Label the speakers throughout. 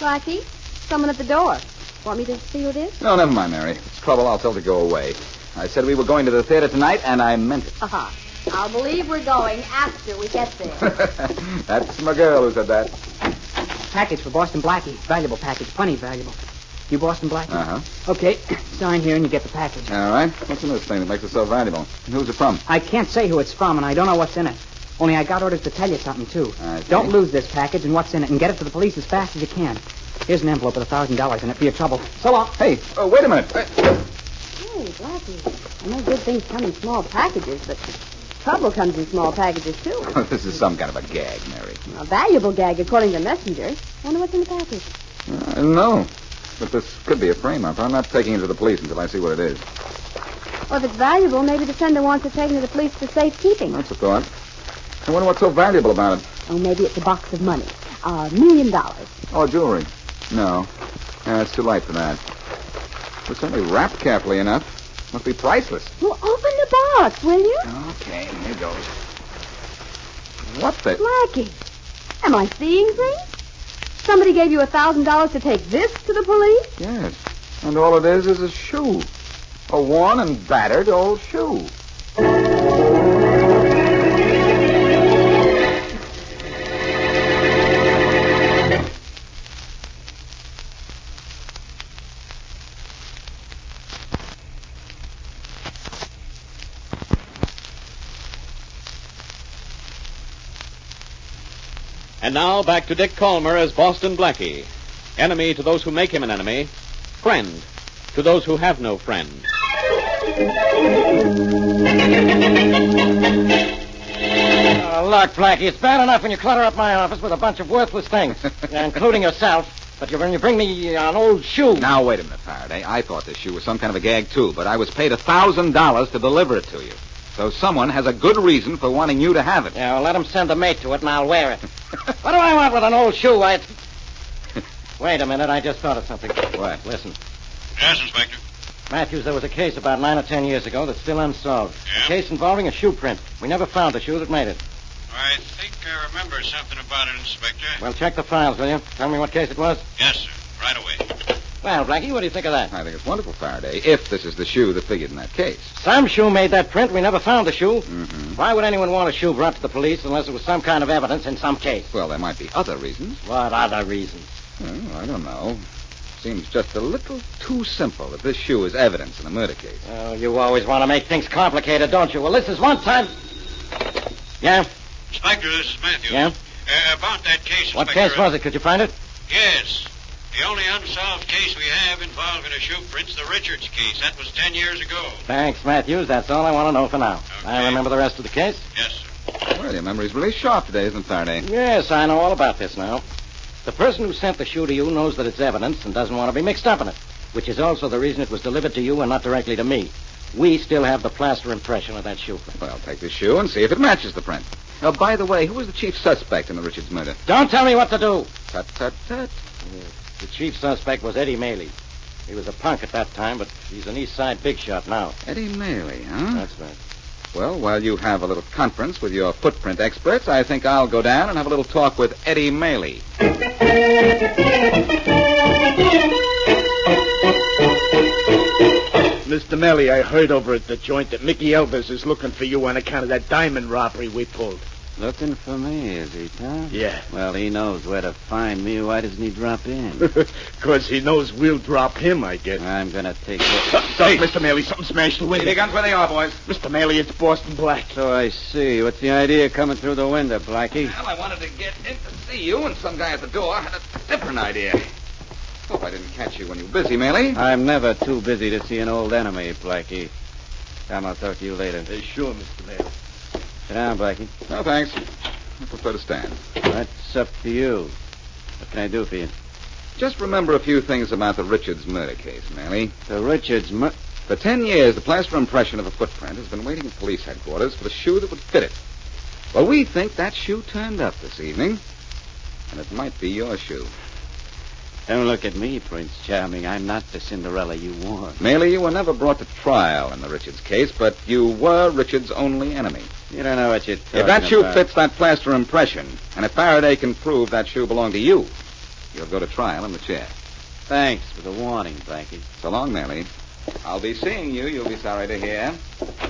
Speaker 1: Blackie, someone at the door. Want me to seal this?
Speaker 2: No, never mind, Mary. It's trouble. I'll tell her to go away. I said we were going to the theater tonight, and I meant it.
Speaker 1: Uh-huh. I'll believe we're going after we get there.
Speaker 2: That's my girl who said that.
Speaker 3: Package for Boston Blackie. Valuable package. Plenty valuable. You Boston Blackie?
Speaker 2: Uh-huh.
Speaker 3: Okay. Sign here and you get the package.
Speaker 2: All right. What's in this thing that makes it so valuable? And who's it from?
Speaker 3: I can't say who it's from, and I don't know what's in it. Only I got orders to tell you something, too.
Speaker 2: I see.
Speaker 3: Don't lose this package and what's in it, and get it to the police as fast as you can. Here's an envelope with a $1,000 in it for your trouble. So long.
Speaker 2: Hey, oh, wait a minute. Uh,
Speaker 1: Hey, Blackie, I know good things come in small packages, but trouble comes in small packages, too.
Speaker 2: this is some kind of a gag, Mary.
Speaker 1: A valuable gag, according to Messenger. Wonder what's in the package.
Speaker 2: Uh, no. But this could be a frame-up. I'm not taking it to the police until I see what it is.
Speaker 1: Well, if it's valuable, maybe the sender wants it taken to the police for safekeeping.
Speaker 2: That's a thought. I wonder what's so valuable about it.
Speaker 1: Oh, maybe it's a box of money. A million dollars.
Speaker 2: Oh, jewelry. No. Uh, it's too light for that. It's certainly wrapped carefully enough. Must be priceless.
Speaker 1: Well, open the box, will you?
Speaker 2: Okay, here goes. What the?
Speaker 1: Blackie, am I seeing things? Somebody gave you a thousand dollars to take this to the police?
Speaker 2: Yes. And all it is is a shoe. A worn and battered old shoe.
Speaker 4: And now back to Dick Calmer as Boston Blackie. Enemy to those who make him an enemy, friend to those who have no friend.
Speaker 5: Oh, look, Blackie, it's bad enough when you clutter up my office with a bunch of worthless things, including yourself. But you- when you bring me uh, an old shoe.
Speaker 2: Now, wait a minute, Faraday. I thought this shoe was some kind of a gag, too, but I was paid a $1,000 to deliver it to you. So someone has a good reason for wanting you to have it.
Speaker 5: Yeah, well, let him send the mate to it, and I'll wear it. what do I want with an old shoe? I. Wait a minute, I just thought of something.
Speaker 2: What?
Speaker 5: Listen,
Speaker 6: Yes, Inspector.
Speaker 5: Matthews, there was a case about nine or ten years ago that's still unsolved.
Speaker 6: Yeah?
Speaker 5: A case involving a shoe print. We never found the shoe that made it.
Speaker 6: I think I remember something about it, Inspector.
Speaker 5: Well, check the files, will you? Tell me what case it was.
Speaker 6: yes, sir. Right away.
Speaker 5: Well, Blackie, what do you think of that?
Speaker 2: I think it's wonderful, Faraday, if this is the shoe that figured in that case.
Speaker 5: Some shoe made that print. We never found the shoe.
Speaker 2: Mhm.
Speaker 5: Why would anyone want a shoe brought to the police unless it was some kind of evidence in some case?
Speaker 2: Well, there might be other reasons.
Speaker 5: What other reason?
Speaker 2: Well, I don't know. Seems just a little too simple that this shoe is evidence in a murder case.
Speaker 5: Oh, you always want to make things complicated, don't you? Well, this is one time. Yeah?
Speaker 6: Inspector, this is Matthews.
Speaker 5: Yeah?
Speaker 6: Uh, about that case,
Speaker 5: What
Speaker 6: Inspector,
Speaker 5: case was it? Could you find it?
Speaker 6: Yes. The only unsolved case we have involving a shoe print's the Richards case. That was ten years ago.
Speaker 5: Thanks, Matthews. That's all I want to know for now. I
Speaker 6: Okay.
Speaker 5: remember the rest of the case.
Speaker 6: Yes, sir.
Speaker 2: Well, your memory's really sharp today, isn't it, Faraday?
Speaker 5: Yes, I know all about this now. The person who sent the shoe to you knows that it's evidence and doesn't want to be mixed up in it, which is also the reason it was delivered to you and not directly to me. We still have the plaster impression of that shoe print.
Speaker 2: Well, take the shoe and see if it matches the print. Now, by the way, who was the chief suspect in the Richards murder?
Speaker 5: Don't tell me what to do.
Speaker 2: Tut, tut, tut.
Speaker 5: The chief suspect was Eddie Maley. He was a punk at that time, but he's an East Side big shot now.
Speaker 2: Eddie Maley, huh?
Speaker 5: That's right.
Speaker 2: Well, while you have a little conference with your footprint experts, I think I'll go down and have a little talk with Eddie Maley.
Speaker 7: Mr. Melly, I heard over at the joint that Mickey Elvis is looking for you on account of that diamond robbery we pulled.
Speaker 8: Looking for me, is he, Tom?
Speaker 7: Yeah.
Speaker 8: Well, he knows where to find me. Why doesn't he drop in?
Speaker 7: Because he knows we'll drop him, I guess.
Speaker 8: I'm gonna take it.
Speaker 7: So- so- Mr. Melly, something smashed the
Speaker 2: See the
Speaker 7: window.
Speaker 2: guns where they are, boys.
Speaker 7: Mr. Melly, it's Boston Black.
Speaker 8: So Oh, I see. What's the idea coming through the window, Blackie?
Speaker 2: Well, I wanted to get in to see you, and some guy at the door had a different idea. Hope I didn't catch you when you were busy, Maley.
Speaker 8: I'm never too busy to see an old enemy, Blackie. Tom, I'll talk to you later.
Speaker 7: Uh, sure, Mr. Melly.
Speaker 8: Sit down, Blackie.
Speaker 2: No, thanks. I prefer to stand.
Speaker 8: That's up to you. What can I do for you?
Speaker 2: Just remember a few things about the Richards murder case, Maley.
Speaker 8: The Richards mur-
Speaker 2: For ten years, the plaster impression of a footprint has been waiting at police headquarters for the shoe that would fit it. Well, we think that shoe turned up this evening, and it might be your shoe.
Speaker 8: Don't look at me, Prince Charming. I'm not the Cinderella you want.
Speaker 2: Maley, you were never brought to trial in the Richards case, but you were Richards' only enemy.
Speaker 8: You don't know what you're talking
Speaker 2: If that shoe
Speaker 8: about.
Speaker 2: fits that plaster impression, and if Faraday can prove that shoe belonged to you, you'll go to trial in the chair.
Speaker 8: Thanks for the warning, Blackie.
Speaker 2: So long, Nellie. I'll be seeing you. You'll be sorry to hear.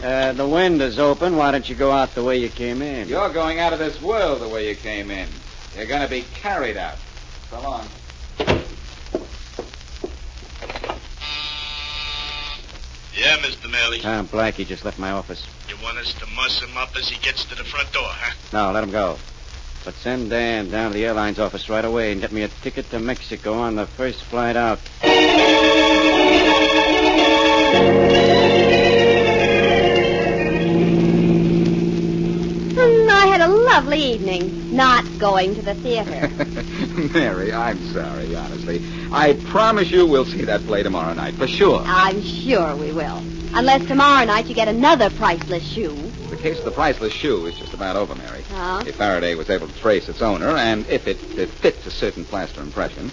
Speaker 8: Uh, the window's open. Why don't you go out the way you came in?
Speaker 2: You're going out of this world the way you came in. You're going to be carried out. So long.
Speaker 6: Yeah, Mr. Melly.
Speaker 8: Tom Blackie just left my office.
Speaker 6: You want us to muss him up as he gets to the front door, huh?
Speaker 8: No, let him go. But send Dan down to the airline's office right away and get me a ticket to Mexico on the first flight out.
Speaker 1: Hmm, I had a lovely evening not going to the theater.
Speaker 2: Mary, I'm sorry, honestly. I promise you we'll see that play tomorrow night, for sure.
Speaker 1: I'm sure we will. Unless tomorrow night you get another priceless shoe.
Speaker 2: The case of the priceless shoe is just about over, Mary.
Speaker 1: Huh?
Speaker 2: If Faraday was able to trace its owner, and if it, it fits a certain plaster impression,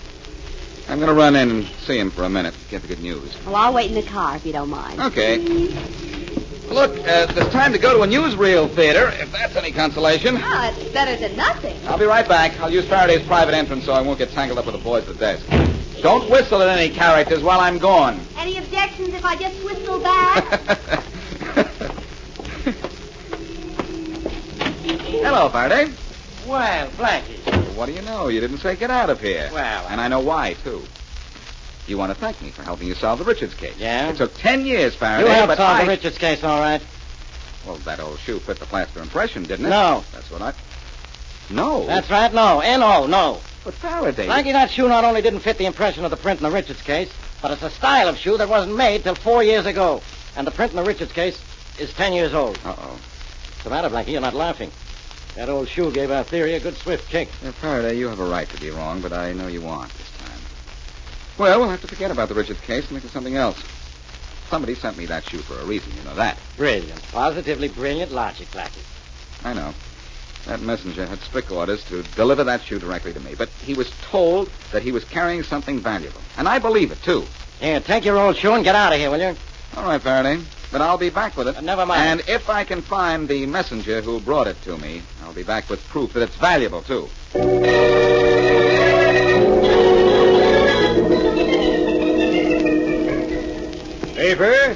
Speaker 2: I'm going to run in and see him for a minute, get the good news.
Speaker 1: Well, I'll wait in the car if you don't mind. Hmm.
Speaker 2: Okay. Look, uh, there's time to go to a newsreel theater, if that's any consolation.
Speaker 1: Oh, it's better than nothing.
Speaker 2: I'll be right back. I'll use Faraday's private entrance so I won't get tangled up with the boys at the desk. Don't whistle at any characters while I'm gone.
Speaker 1: Any objections if I just whistle back?
Speaker 2: Hello, Faraday.
Speaker 5: Well, Blackie.
Speaker 2: What do you know? You didn't say get out of here.
Speaker 5: Well, I-
Speaker 2: and I know why, too. You want to thank me for helping you solve the Richards case.
Speaker 5: Yeah?
Speaker 2: It took ten years, Faraday.
Speaker 5: You helped
Speaker 2: but
Speaker 5: solve
Speaker 2: I...
Speaker 5: the Richards case, all right.
Speaker 2: Well, that old shoe fit the plaster impression, didn't it?
Speaker 5: No.
Speaker 2: That's what I. No.
Speaker 5: That's right. No. N-O, no.
Speaker 2: But Faraday.
Speaker 5: Blackie, that shoe not only didn't fit the impression of the print in the Richards case, but it's a style of shoe that wasn't made till four years ago. And the print in the Richards case is ten years old.
Speaker 2: Uh oh.
Speaker 5: What's the matter, Blackie? You're not laughing. That old shoe gave our theory a good swift kick.
Speaker 2: Faraday, you have a right to be wrong, but I know you aren't this time. Well, we'll have to forget about the Richards case and think of something else. Somebody sent me that shoe for a reason, you know that.
Speaker 5: Brilliant. Positively brilliant logic, Blackie.
Speaker 2: I know. That messenger had strict orders to deliver that shoe directly to me, but he was told that he was carrying something valuable. And I believe it, too.
Speaker 5: Here, take your old shoe and get out of here, will you?
Speaker 2: All right, Faraday. But I'll be back with it.
Speaker 5: Uh, never mind.
Speaker 2: And if I can find the messenger who brought it to me, I'll be back with proof that it's valuable, too.
Speaker 8: Paper?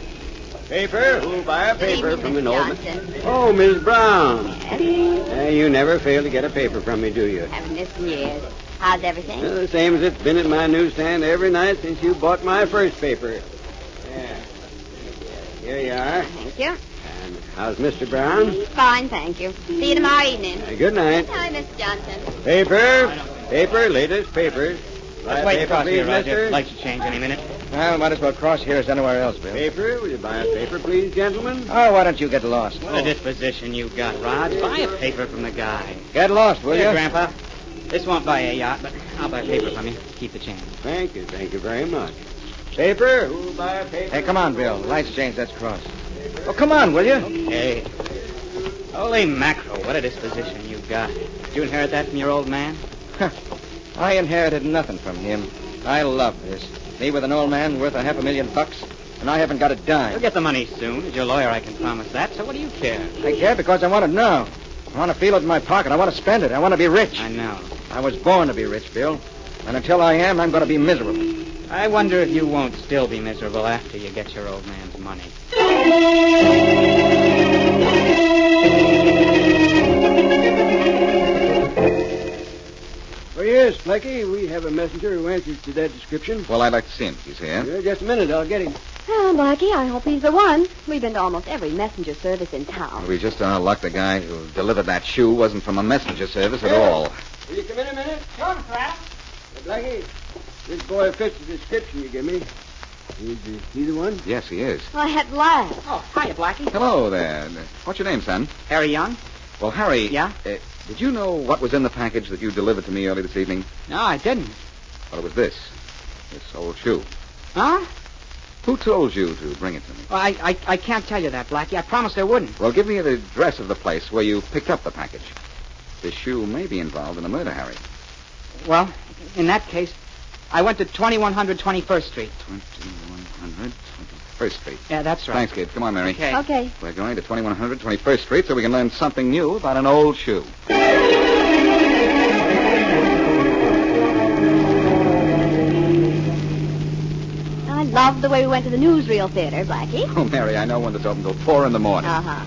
Speaker 8: Paper? Who'll buy a paper
Speaker 1: Evening,
Speaker 8: from
Speaker 1: Mr.
Speaker 8: an old man?
Speaker 1: Johnson.
Speaker 8: Oh, Miss Brown.
Speaker 1: Yes.
Speaker 8: Uh, you never fail to get a paper from me, do you?
Speaker 1: Haven't missed in years. How's everything?
Speaker 8: Well, the same as it's been at my newsstand every night since you bought my first paper. Yeah. Here you are.
Speaker 1: Thank you.
Speaker 8: And how's Mr. Brown?
Speaker 1: Fine, thank you. See you tomorrow evening.
Speaker 8: Uh, good night.
Speaker 1: Hi, Miss Johnson.
Speaker 8: Paper. Paper, latest papers. Buy
Speaker 3: Let's
Speaker 8: a
Speaker 3: wait
Speaker 8: paper,
Speaker 3: across
Speaker 8: please,
Speaker 3: here, Roger.
Speaker 8: mister.
Speaker 3: Like to change any minute.
Speaker 8: Well, might as well cross here as anywhere else, Bill. Paper? Will you buy a paper, please, gentlemen? Oh, why don't you get lost?
Speaker 3: What a disposition you've got, Rod. Buy a paper from the guy.
Speaker 8: Get lost, will
Speaker 3: Here,
Speaker 8: you?
Speaker 3: Grandpa. This won't buy a yacht, but I'll buy paper from you. Keep the change.
Speaker 8: Thank you, thank you very much. Paper? Who'll buy a paper? Hey, come on, Bill. Lights change, that's cross. Oh, come on, will you?
Speaker 3: Hey. Holy mackerel, what a disposition you've got. Did you inherit that from your old man?
Speaker 8: I inherited nothing from him. I love this. Me with an old man worth a half a million bucks, and I haven't got a
Speaker 3: You'll
Speaker 8: dime.
Speaker 3: get the money soon. As your lawyer, I can promise that, so what do you care?
Speaker 8: I care because I want it now. I want to feel it in my pocket. I want to spend it. I want to be rich.
Speaker 3: I know.
Speaker 8: I was born to be rich, Bill. And until I am, I'm going to be miserable.
Speaker 3: I wonder if you won't still be miserable after you get your old man's money.
Speaker 9: Oh, yes, Blackie, we have a messenger who answers to that description.
Speaker 2: Well, I'd like to see him if he's here.
Speaker 9: Yeah, just a minute, I'll get him.
Speaker 1: Oh, Blackie, I hope he's the one. We've been to almost every messenger service in town.
Speaker 2: We just are luck the guy who delivered that shoe wasn't from a messenger service at all.
Speaker 9: Will you come in a minute? Sure, Ralph. Blackie, this boy fits the description you give me. He's the, he the one?
Speaker 2: Yes, he is.
Speaker 1: Why, at last.
Speaker 3: Oh, hiya, Blackie.
Speaker 2: Hello there. What's your name, son?
Speaker 3: Harry Young?
Speaker 2: Well, Harry.
Speaker 3: Yeah?
Speaker 2: Uh, did you know what was in the package that you delivered to me early this evening?
Speaker 3: No, I didn't.
Speaker 2: Well, it was this. This old shoe.
Speaker 3: Huh?
Speaker 2: Who told you to bring it to me?
Speaker 3: Well, I, I, I can't tell you that, Blackie. I promised I wouldn't.
Speaker 2: Well, give me the address of the place where you picked up the package. This shoe may be involved in a murder, Harry.
Speaker 3: Well, in that case, I went to 2100 21st Street.
Speaker 2: 2100 21st Street.
Speaker 3: Yeah, that's right.
Speaker 2: Thanks, kid. Come on, Mary.
Speaker 3: Okay.
Speaker 1: Okay.
Speaker 2: We're going to 2100 21st Street so we can learn something new about an old shoe.
Speaker 1: I love the way we went to the newsreel theater, Blackie.
Speaker 2: Oh, Mary, I know one that's open till 4 in the morning.
Speaker 1: Uh huh.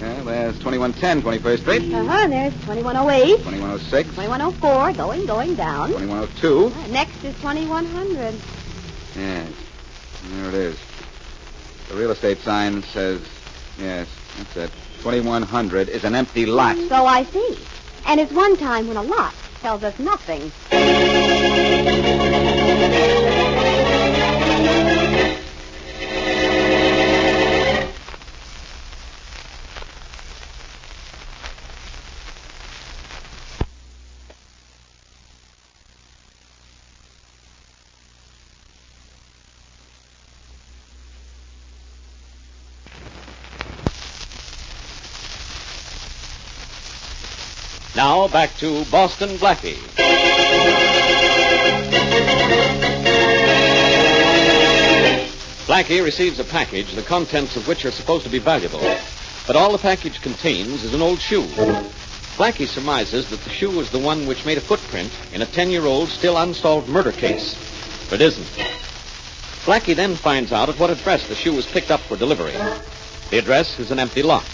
Speaker 2: Yeah, there's 2110 21st Street.
Speaker 1: Uh huh. There's 2108,
Speaker 2: 2106.
Speaker 1: 2104, going, going down.
Speaker 2: 2102.
Speaker 1: Uh, Next is 2100.
Speaker 2: Yes. There it is. The real estate sign says, yes, that's it. 2100 is an empty lot.
Speaker 1: So I see. And it's one time when a lot tells us nothing.
Speaker 10: Now back to Boston Blackie. Blackie receives a package, the contents of which are supposed to be valuable. But all the package contains is an old shoe. Blackie surmises that the shoe was the one which made a footprint in a 10 year old, still unsolved murder case. But it isn't. Blackie then finds out at what address the shoe was picked up for delivery. The address is an empty lot.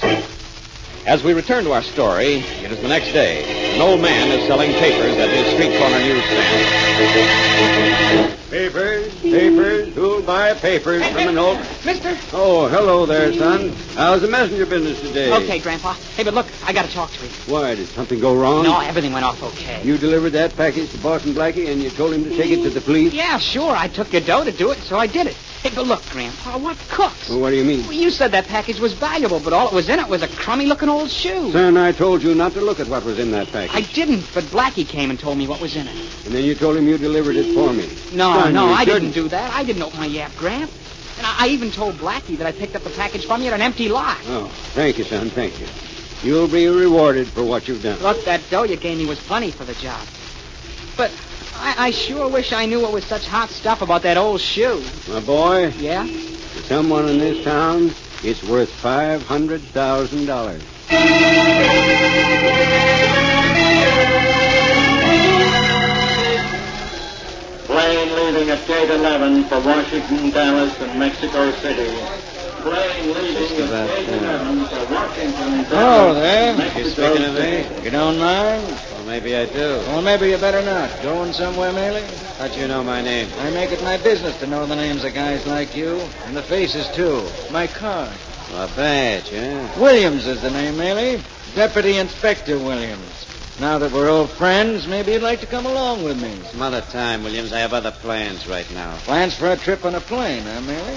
Speaker 10: As we return to our story, it is the next day. An old man is selling papers at his street corner newsstand.
Speaker 9: Papers, papers, who'll buy papers from an old...
Speaker 3: Mister?
Speaker 9: Oh, hello there, son. How's the messenger business today?
Speaker 3: Okay, Grandpa. Hey, but look, I gotta talk to you.
Speaker 9: Why, did something go wrong?
Speaker 3: No, everything went off okay.
Speaker 9: You delivered that package to Boston Blackie and you told him to take it to the police?
Speaker 3: Yeah, sure. I took your dough to do it, so I did it. Hey, but look, Grandpa, what cooks?
Speaker 9: Well, what do you mean?
Speaker 3: Well, you said that package was valuable, but all it was in it was a crummy-looking old shoe.
Speaker 9: Son, I told you not to look at what was in that package.
Speaker 3: I didn't, but Blackie came and told me what was in it.
Speaker 9: And then you told him you delivered it for me.
Speaker 3: No,
Speaker 9: Son,
Speaker 3: no,
Speaker 9: you
Speaker 3: I
Speaker 9: shouldn't.
Speaker 3: didn't do that. I didn't open my yap, Gramp. And I, I even told Blackie that I picked up the package from you at an empty lot.
Speaker 9: Oh, thank you, son, thank you. You'll be rewarded for what you've done.
Speaker 3: Look, that dough you gave me was plenty for the job. But I, I sure wish I knew what was such hot stuff about that old shoe.
Speaker 9: My boy,
Speaker 3: Yeah?
Speaker 9: to someone in this town, it's worth $500,000.
Speaker 11: Plane leaving at gate 11 for Washington, Dallas, and Mexico City. Plane leaving
Speaker 9: Just about
Speaker 11: at gate 11 for Washington, Dallas.
Speaker 8: Hello Oh, there. You
Speaker 11: Mexico
Speaker 8: speaking to
Speaker 11: City.
Speaker 8: me? You don't mind?
Speaker 11: Well, maybe I do.
Speaker 8: Well, maybe you better not. Going somewhere, Maley?
Speaker 11: How'd you know my name?
Speaker 8: I make it my business to know the names of guys like you, and the faces, too. My card.
Speaker 11: Well, a badge, eh?
Speaker 8: Williams is the name, Maley. Deputy Inspector Williams. Now that we're old friends, maybe you'd like to come along with me.
Speaker 11: Some other time, Williams. I have other plans right now.
Speaker 8: Plans for a trip on a plane, huh, Mary?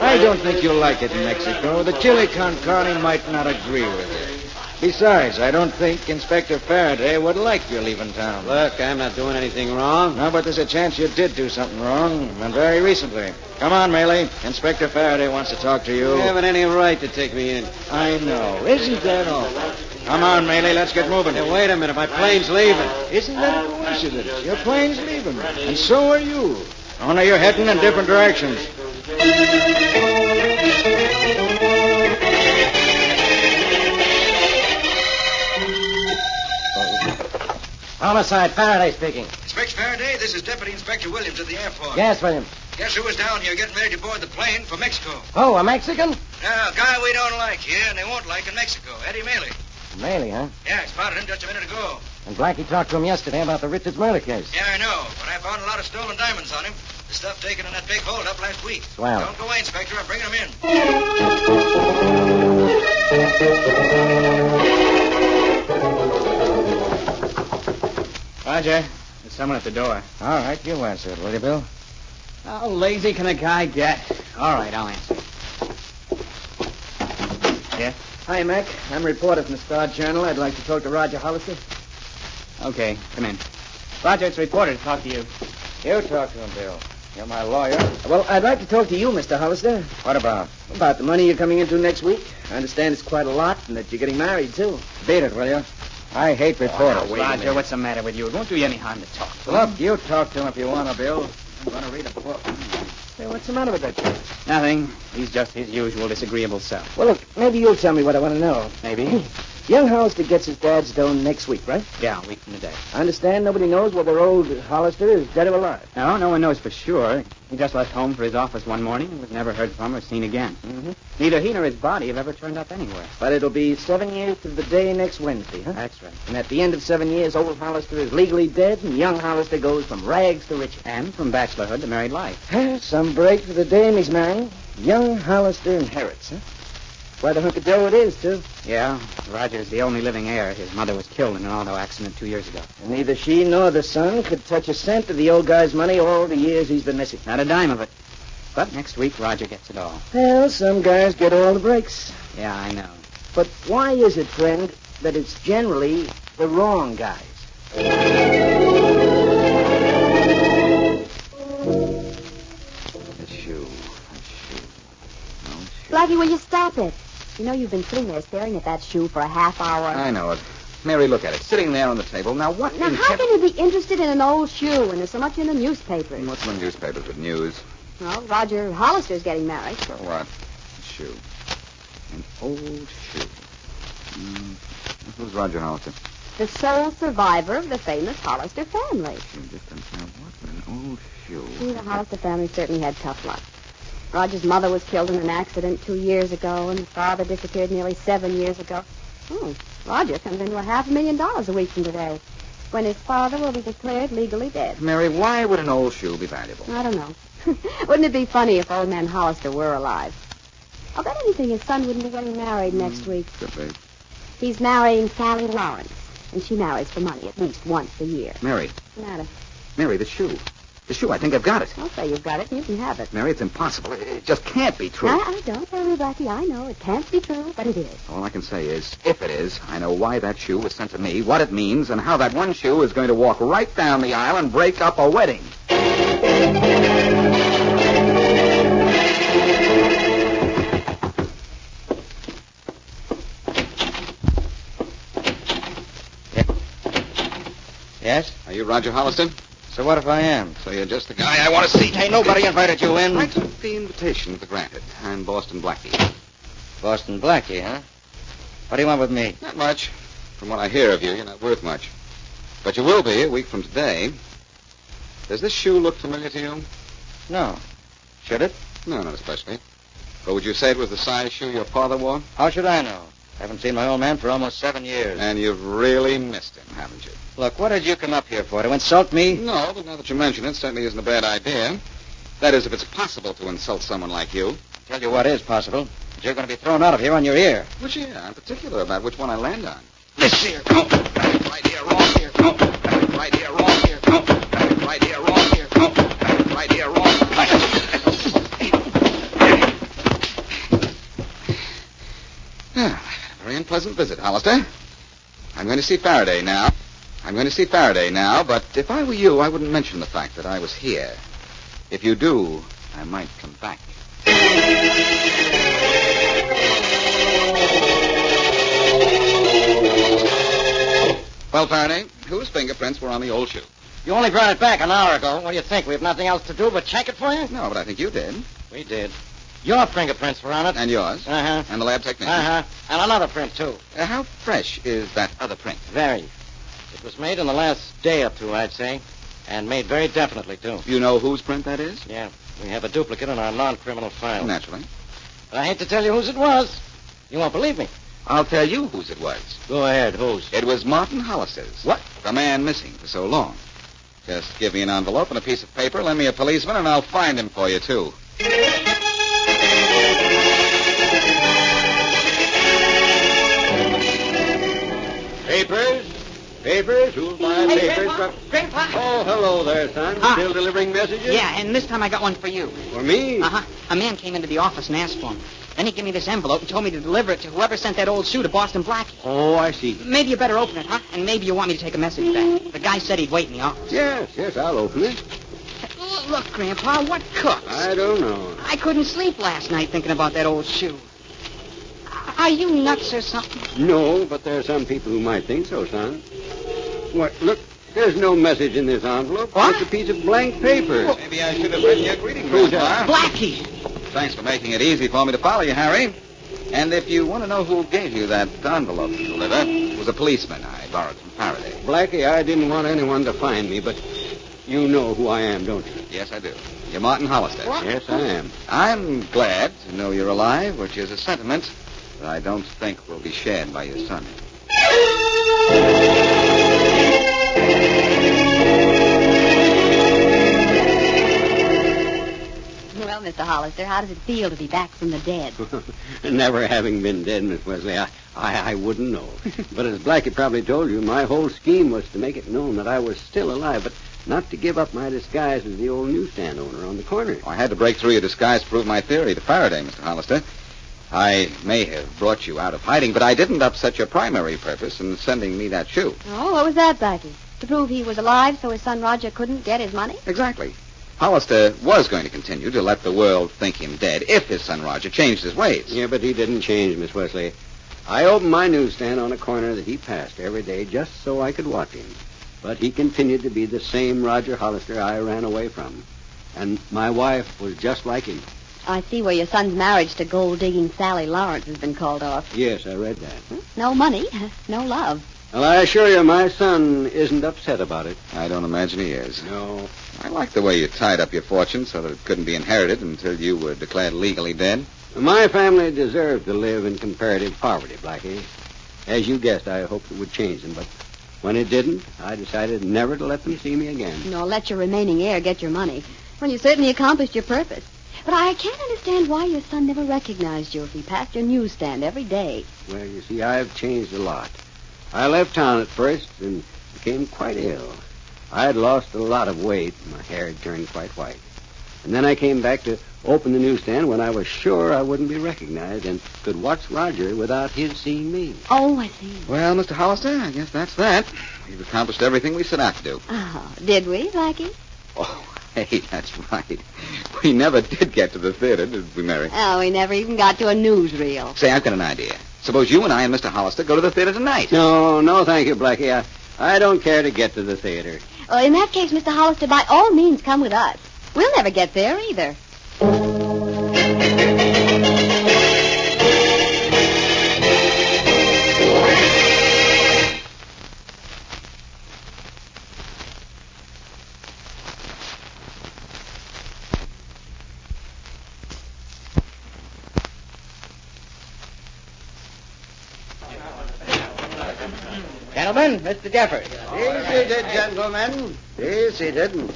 Speaker 8: I don't think you'll like it in Mexico. The chili con carne might not agree with you. Besides, I don't think Inspector Faraday would like you leaving town.
Speaker 11: Look, I'm not doing anything wrong.
Speaker 8: No, but there's a chance you did do something wrong, and very recently. Come on, Maley. Inspector Faraday wants to talk to you.
Speaker 11: You haven't any right to take me in.
Speaker 8: I know. Isn't that all? Come on, Maley. Let's get moving.
Speaker 11: Hey, wait a minute. My plane's leaving.
Speaker 8: Isn't that a coincidence? Your plane's leaving, and so are you. Only you're heading in different directions.
Speaker 5: Homicide, Faraday speaking.
Speaker 12: Rex Faraday, this is Deputy Inspector Williams at the airport.
Speaker 5: Yes, Williams.
Speaker 12: Guess who was down here getting ready to board the plane for Mexico?
Speaker 5: Oh, a Mexican?
Speaker 12: Now, a guy we don't like here and they won't like in Mexico, Eddie Maley.
Speaker 5: Really, huh?
Speaker 12: Yeah, I spotted him just a minute ago.
Speaker 5: And Blackie talked to him yesterday about the Richards murder case.
Speaker 12: Yeah, I know, but I found a lot of stolen diamonds on him. The stuff taken in that big holdup last week.
Speaker 5: Swell.
Speaker 12: Don't go away, Inspector. I'm bringing him in.
Speaker 3: Roger, there's someone at the door.
Speaker 5: All right, you answer it, will you, Bill?
Speaker 3: How lazy can a guy get? All right, I'll answer. Yeah?
Speaker 13: Hi, Mac. I'm a reporter from the Star Journal. I'd like to talk to Roger Hollister.
Speaker 3: Okay, come in. Roger, it's a reporter to talk to you.
Speaker 8: You talk to him, Bill. You're my lawyer.
Speaker 13: Well, I'd like to talk to you, Mr. Hollister,
Speaker 8: What about?
Speaker 13: about the money you're coming into next week. I understand it's quite a lot and that you're getting married, too.
Speaker 8: Beat it, will you? I hate reporters.
Speaker 3: Oh, Roger, what's the matter with you? It won't do you any harm to talk.
Speaker 8: Look, you talk to him if you want to, Bill. I'm going to read a book.
Speaker 13: Hey, what's the matter with that kid?
Speaker 3: Nothing. He's just his usual disagreeable self.
Speaker 13: Well, look, maybe you'll tell me what I want to know.
Speaker 3: Maybe.
Speaker 13: Young Hollister gets his dad's done next week, right?
Speaker 3: Yeah, a week from today.
Speaker 13: I understand nobody knows whether old Hollister is dead or alive.
Speaker 3: No, no one knows for sure. He just left home for his office one morning and was never heard from or seen again.
Speaker 13: Mm-hmm.
Speaker 3: Neither he nor his body have ever turned up anywhere.
Speaker 13: But it'll be seven years to the day next Wednesday, huh?
Speaker 3: That's right.
Speaker 13: And at the end of seven years, old Hollister is legally dead, and young Hollister goes from rags to riches.
Speaker 3: And from bachelorhood to married life.
Speaker 13: Some break for the dame he's marrying. Young Hollister inherits, huh? Why the hunk of dough it is, too.
Speaker 3: Yeah, Roger's the only living heir. His mother was killed in an auto accident two years ago.
Speaker 13: And neither she nor the son could touch a cent of the old guy's money all the years he's been missing.
Speaker 3: Not a dime of it. But next week, Roger gets it all.
Speaker 13: Well, some guys get all the breaks.
Speaker 3: Yeah, I know.
Speaker 13: But why is it, friend, that it's generally the wrong guys?
Speaker 2: A shoe. A shoe. No shoe.
Speaker 1: Blackie, will you stop it? You know you've been sitting there staring at that shoe for a half hour.
Speaker 2: I know it. Mary, look at it. Sitting there on the table. Now, what
Speaker 1: Now,
Speaker 2: in
Speaker 1: how
Speaker 2: heaven-
Speaker 1: can you be interested in an old shoe when there's so much in the newspapers?
Speaker 2: What's in the newspapers with news?
Speaker 1: Well, Roger Hollister's getting married.
Speaker 2: So what? A shoe. An old shoe. Mm. Who's Roger Hollister?
Speaker 1: The sole survivor of the famous Hollister family.
Speaker 2: Shoe distance. Now, what an old
Speaker 1: See,
Speaker 2: shoe.
Speaker 1: the Hollister family certainly had tough luck. Roger's mother was killed in an accident two years ago, and the father disappeared nearly seven years ago. Hmm. Roger comes into a half a million dollars a week from today, when his father will be declared legally dead.
Speaker 2: Mary, why would an old shoe be valuable?
Speaker 1: I don't know. wouldn't it be funny if old man Hollister were alive? I'll bet anything his son wouldn't be getting married next week.
Speaker 2: Good babe.
Speaker 1: He's marrying Sally Lawrence, and she marries for money at least once a year.
Speaker 2: Mary,
Speaker 1: What's the matter?
Speaker 2: Mary, the shoe. The shoe. I think I've got it.
Speaker 1: I'll say you've got it, and you can have it.
Speaker 2: Mary, it's impossible. It, it just can't be true.
Speaker 1: I, I don't worry, Blackie. I know it can't be true, but it is.
Speaker 2: All I can say is, if it is, I know why that shoe was sent to me, what it means, and how that one shoe is going to walk right down the aisle and break up a wedding.
Speaker 8: Yes?
Speaker 2: Are you Roger Holliston?
Speaker 8: So what if I am?
Speaker 2: So you're just the guy I want to see.
Speaker 8: Hey, nobody invited you in.
Speaker 2: I took the invitation for granted. I'm Boston Blackie.
Speaker 8: Boston Blackie, huh? What do you want with me?
Speaker 2: Not much. From what I hear of you, you're not worth much. But you will be a week from today. Does this shoe look familiar to you?
Speaker 8: No. Should it?
Speaker 2: No, not especially. But would you say it was the size shoe your father wore?
Speaker 8: How should I know? I haven't seen my old man for almost seven years.
Speaker 2: And you've really missed him, haven't you?
Speaker 8: Look, what did you come up here for? To insult me?
Speaker 2: No, but now that you mention it, certainly isn't a bad idea. That is, if it's possible to insult someone like you.
Speaker 8: Tell you what is possible. You're going to be thrown out of here on your ear.
Speaker 2: Which ear? I'm particular about which one I land on.
Speaker 8: This ear.
Speaker 2: Right here, wrong ear. Right here, wrong ear. Right here, wrong ear. Right here, wrong Ah, Very unpleasant visit, Hollister. I'm going to see Faraday now. I'm going to see Faraday now, but if I were you, I wouldn't mention the fact that I was here. If you do, I might come back. Well, Faraday, whose fingerprints were on the old shoe?
Speaker 8: You only brought it back an hour ago. What do you think? We have nothing else to do but check it for you?
Speaker 2: No, but I think you did.
Speaker 8: We did. Your fingerprints were on it.
Speaker 2: And yours.
Speaker 8: Uh-huh.
Speaker 2: And the lab technician.
Speaker 8: Uh-huh. And another print, too.
Speaker 2: Uh, how fresh is that other print?
Speaker 8: Very. It was made in the last day or two, I'd say.
Speaker 5: And made very definitely, too.
Speaker 2: You know whose print that is?
Speaker 5: Yeah, we have a duplicate in our non-criminal file.
Speaker 2: Naturally.
Speaker 5: But I hate to tell you whose it was. You won't believe me.
Speaker 2: I'll tell you whose it was.
Speaker 5: Go ahead, whose?
Speaker 2: It was Martin Hollis's. What? The man missing for so long. Just give me an envelope and a piece of paper, lend me a policeman, and I'll find him for you, too.
Speaker 9: Papers? Papers? Who'll buy
Speaker 3: Hey,
Speaker 9: papers
Speaker 3: Grandpa?
Speaker 9: from...
Speaker 3: Grandpa?
Speaker 9: Oh, hello there, son.
Speaker 3: Hi.
Speaker 9: Still delivering messages?
Speaker 3: Yeah, and this time I got one for you.
Speaker 9: For me?
Speaker 3: Uh huh. A man came into the office and asked for him. Then he gave me this envelope and told me to deliver it to whoever sent that old shoe to Boston Blackie.
Speaker 9: Oh, I see.
Speaker 3: Maybe you better open it, huh? And maybe you want me to take a message back. The guy said he'd wait in the office.
Speaker 9: Yes, yes, I'll open it.
Speaker 3: Look, Grandpa, what cooks?
Speaker 9: I don't know.
Speaker 3: I couldn't sleep last night thinking about that old shoe. Are you nuts or something?
Speaker 9: No, but there are some people who might think so, son. What? Look, there's no message in this envelope. It's a piece of blank paper.
Speaker 2: Maybe I should have written you a greeting
Speaker 9: Who's
Speaker 2: card.
Speaker 9: that?
Speaker 3: Blackie!
Speaker 2: Thanks for making it easy for me to follow you, Harry. And if you want to know who gave you that envelope, Deliver, it was a policeman I borrowed from Faraday.
Speaker 9: Blackie, I didn't want anyone to find me, but you know who I am, don't you?
Speaker 2: Yes, I do. You're Martin Hollister.
Speaker 9: Yes, I am.
Speaker 2: I'm glad to know you're alive, which is a sentiment that I don't think will be shared by your son.
Speaker 1: Well, Mr. Hollister, how does it feel to be back from the dead?
Speaker 9: Never having been dead, Miss Wesley, I, I, I wouldn't know. but as Blackie probably told you, my whole scheme was to make it known that I was still alive, but not to give up my disguise as the old newsstand owner on the corner.
Speaker 2: I had to break through your disguise to prove my theory to Faraday, Mr. Hollister. I may have brought you out of hiding, but I didn't upset your primary purpose in sending me that shoe.
Speaker 1: Oh, what was that, Blackie? To prove he was alive so his son Roger couldn't get his money?
Speaker 2: Exactly. Hollister was going to continue to let the world think him dead if his son Roger changed his ways.
Speaker 9: Yeah, but he didn't change, Miss Wesley. I opened my newsstand on a corner that he passed every day just so I could watch him. But he continued to be the same Roger Hollister I ran away from. And my wife was just like him.
Speaker 1: I see where your son's marriage to gold-digging Sally Lawrence has been called off.
Speaker 9: Yes, I read that.
Speaker 1: No money, no love.
Speaker 9: Well, I assure you, my son isn't upset about it.
Speaker 2: I don't imagine he is.
Speaker 9: No.
Speaker 2: I like the way you tied up your fortune so that it couldn't be inherited until you were declared legally dead.
Speaker 9: My family deserved to live in comparative poverty, Blackie. As you guessed, I hoped it would change them, but when it didn't, I decided never to let them see me again.
Speaker 1: Nor let your remaining heir get your money. Well, you certainly accomplished your purpose. But I can't understand why your son never recognized you if he passed your newsstand every day.
Speaker 9: Well, you see, I've changed a lot. I left town at first and became quite ill. I had lost a lot of weight. My hair had turned quite white. And then I came back to open the newsstand when I was sure I wouldn't be recognized and could watch Roger without his seeing me.
Speaker 1: Oh, I see.
Speaker 2: Well, Mr. Hollister, I guess that's that. We've accomplished everything we set out to do.
Speaker 1: Oh, did we, Blackie?
Speaker 2: Oh, hey, that's right. We never did get to the theater, did we, Mary?
Speaker 1: Oh, we never even got to a newsreel.
Speaker 2: Say, I've got an idea. Suppose you and I and Mr. Hollister go to the theater tonight.
Speaker 9: No, no, thank you, Blackie. I, I don't care to get to the theater.
Speaker 1: Well, Uh, in that case, Mr. Hollister, by all means, come with us. We'll never get there either.
Speaker 5: Gentlemen, Mr. Jeffers.
Speaker 14: Easy, gentlemen. Easy, didn't.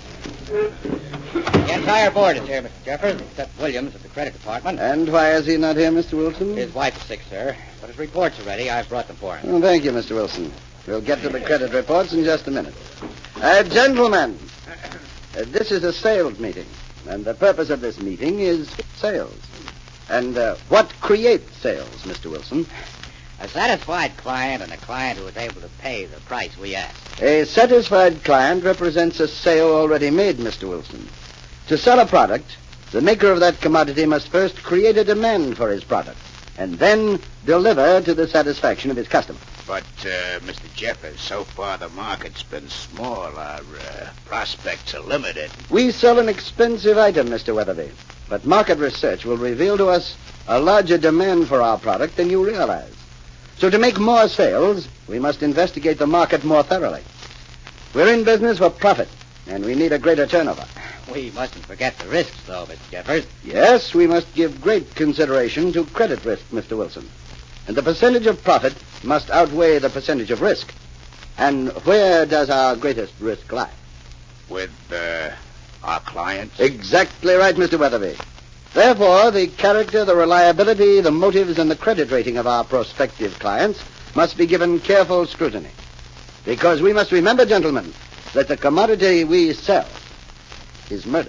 Speaker 5: The entire board is here, Mr. Jeffers, except Williams of the credit department.
Speaker 14: And why is he not here, Mr. Wilson?
Speaker 5: His wife is sick, sir, but his reports are ready. I've brought them for him.
Speaker 14: Well, thank you, Mr. Wilson. We'll get to the credit reports in just a minute. Uh, gentlemen, uh, this is a sales meeting, and the purpose of this meeting is sales. And uh, what creates sales, Mr. Wilson?
Speaker 5: A satisfied client and a client who is able to pay the price we ask.
Speaker 14: A satisfied client represents a sale already made, Mr. Wilson. To sell a product, the maker of that commodity must first create a demand for his product, and then deliver to the satisfaction of his customer.
Speaker 8: But, uh, Mr. Jeffers, so far the market's been small. Our uh, prospects are limited.
Speaker 14: We sell an expensive item, Mr. Weatherby, but market research will reveal to us a larger demand for our product than you realize. So to make more sales, we must investigate the market more thoroughly. We're in business for profit, and we need a greater turnover.
Speaker 5: We mustn't forget the risks, though, Mr. Jeffers.
Speaker 14: Yes, we must give great consideration to credit risk, Mr. Wilson. And the percentage of profit must outweigh the percentage of risk. And where does our greatest risk lie?
Speaker 8: With uh, our clients?
Speaker 14: Exactly right, Mr. Weatherby. Therefore, the character, the reliability, the motives, and the credit rating of our prospective clients must be given careful scrutiny. Because we must remember, gentlemen, that the commodity we sell is murder.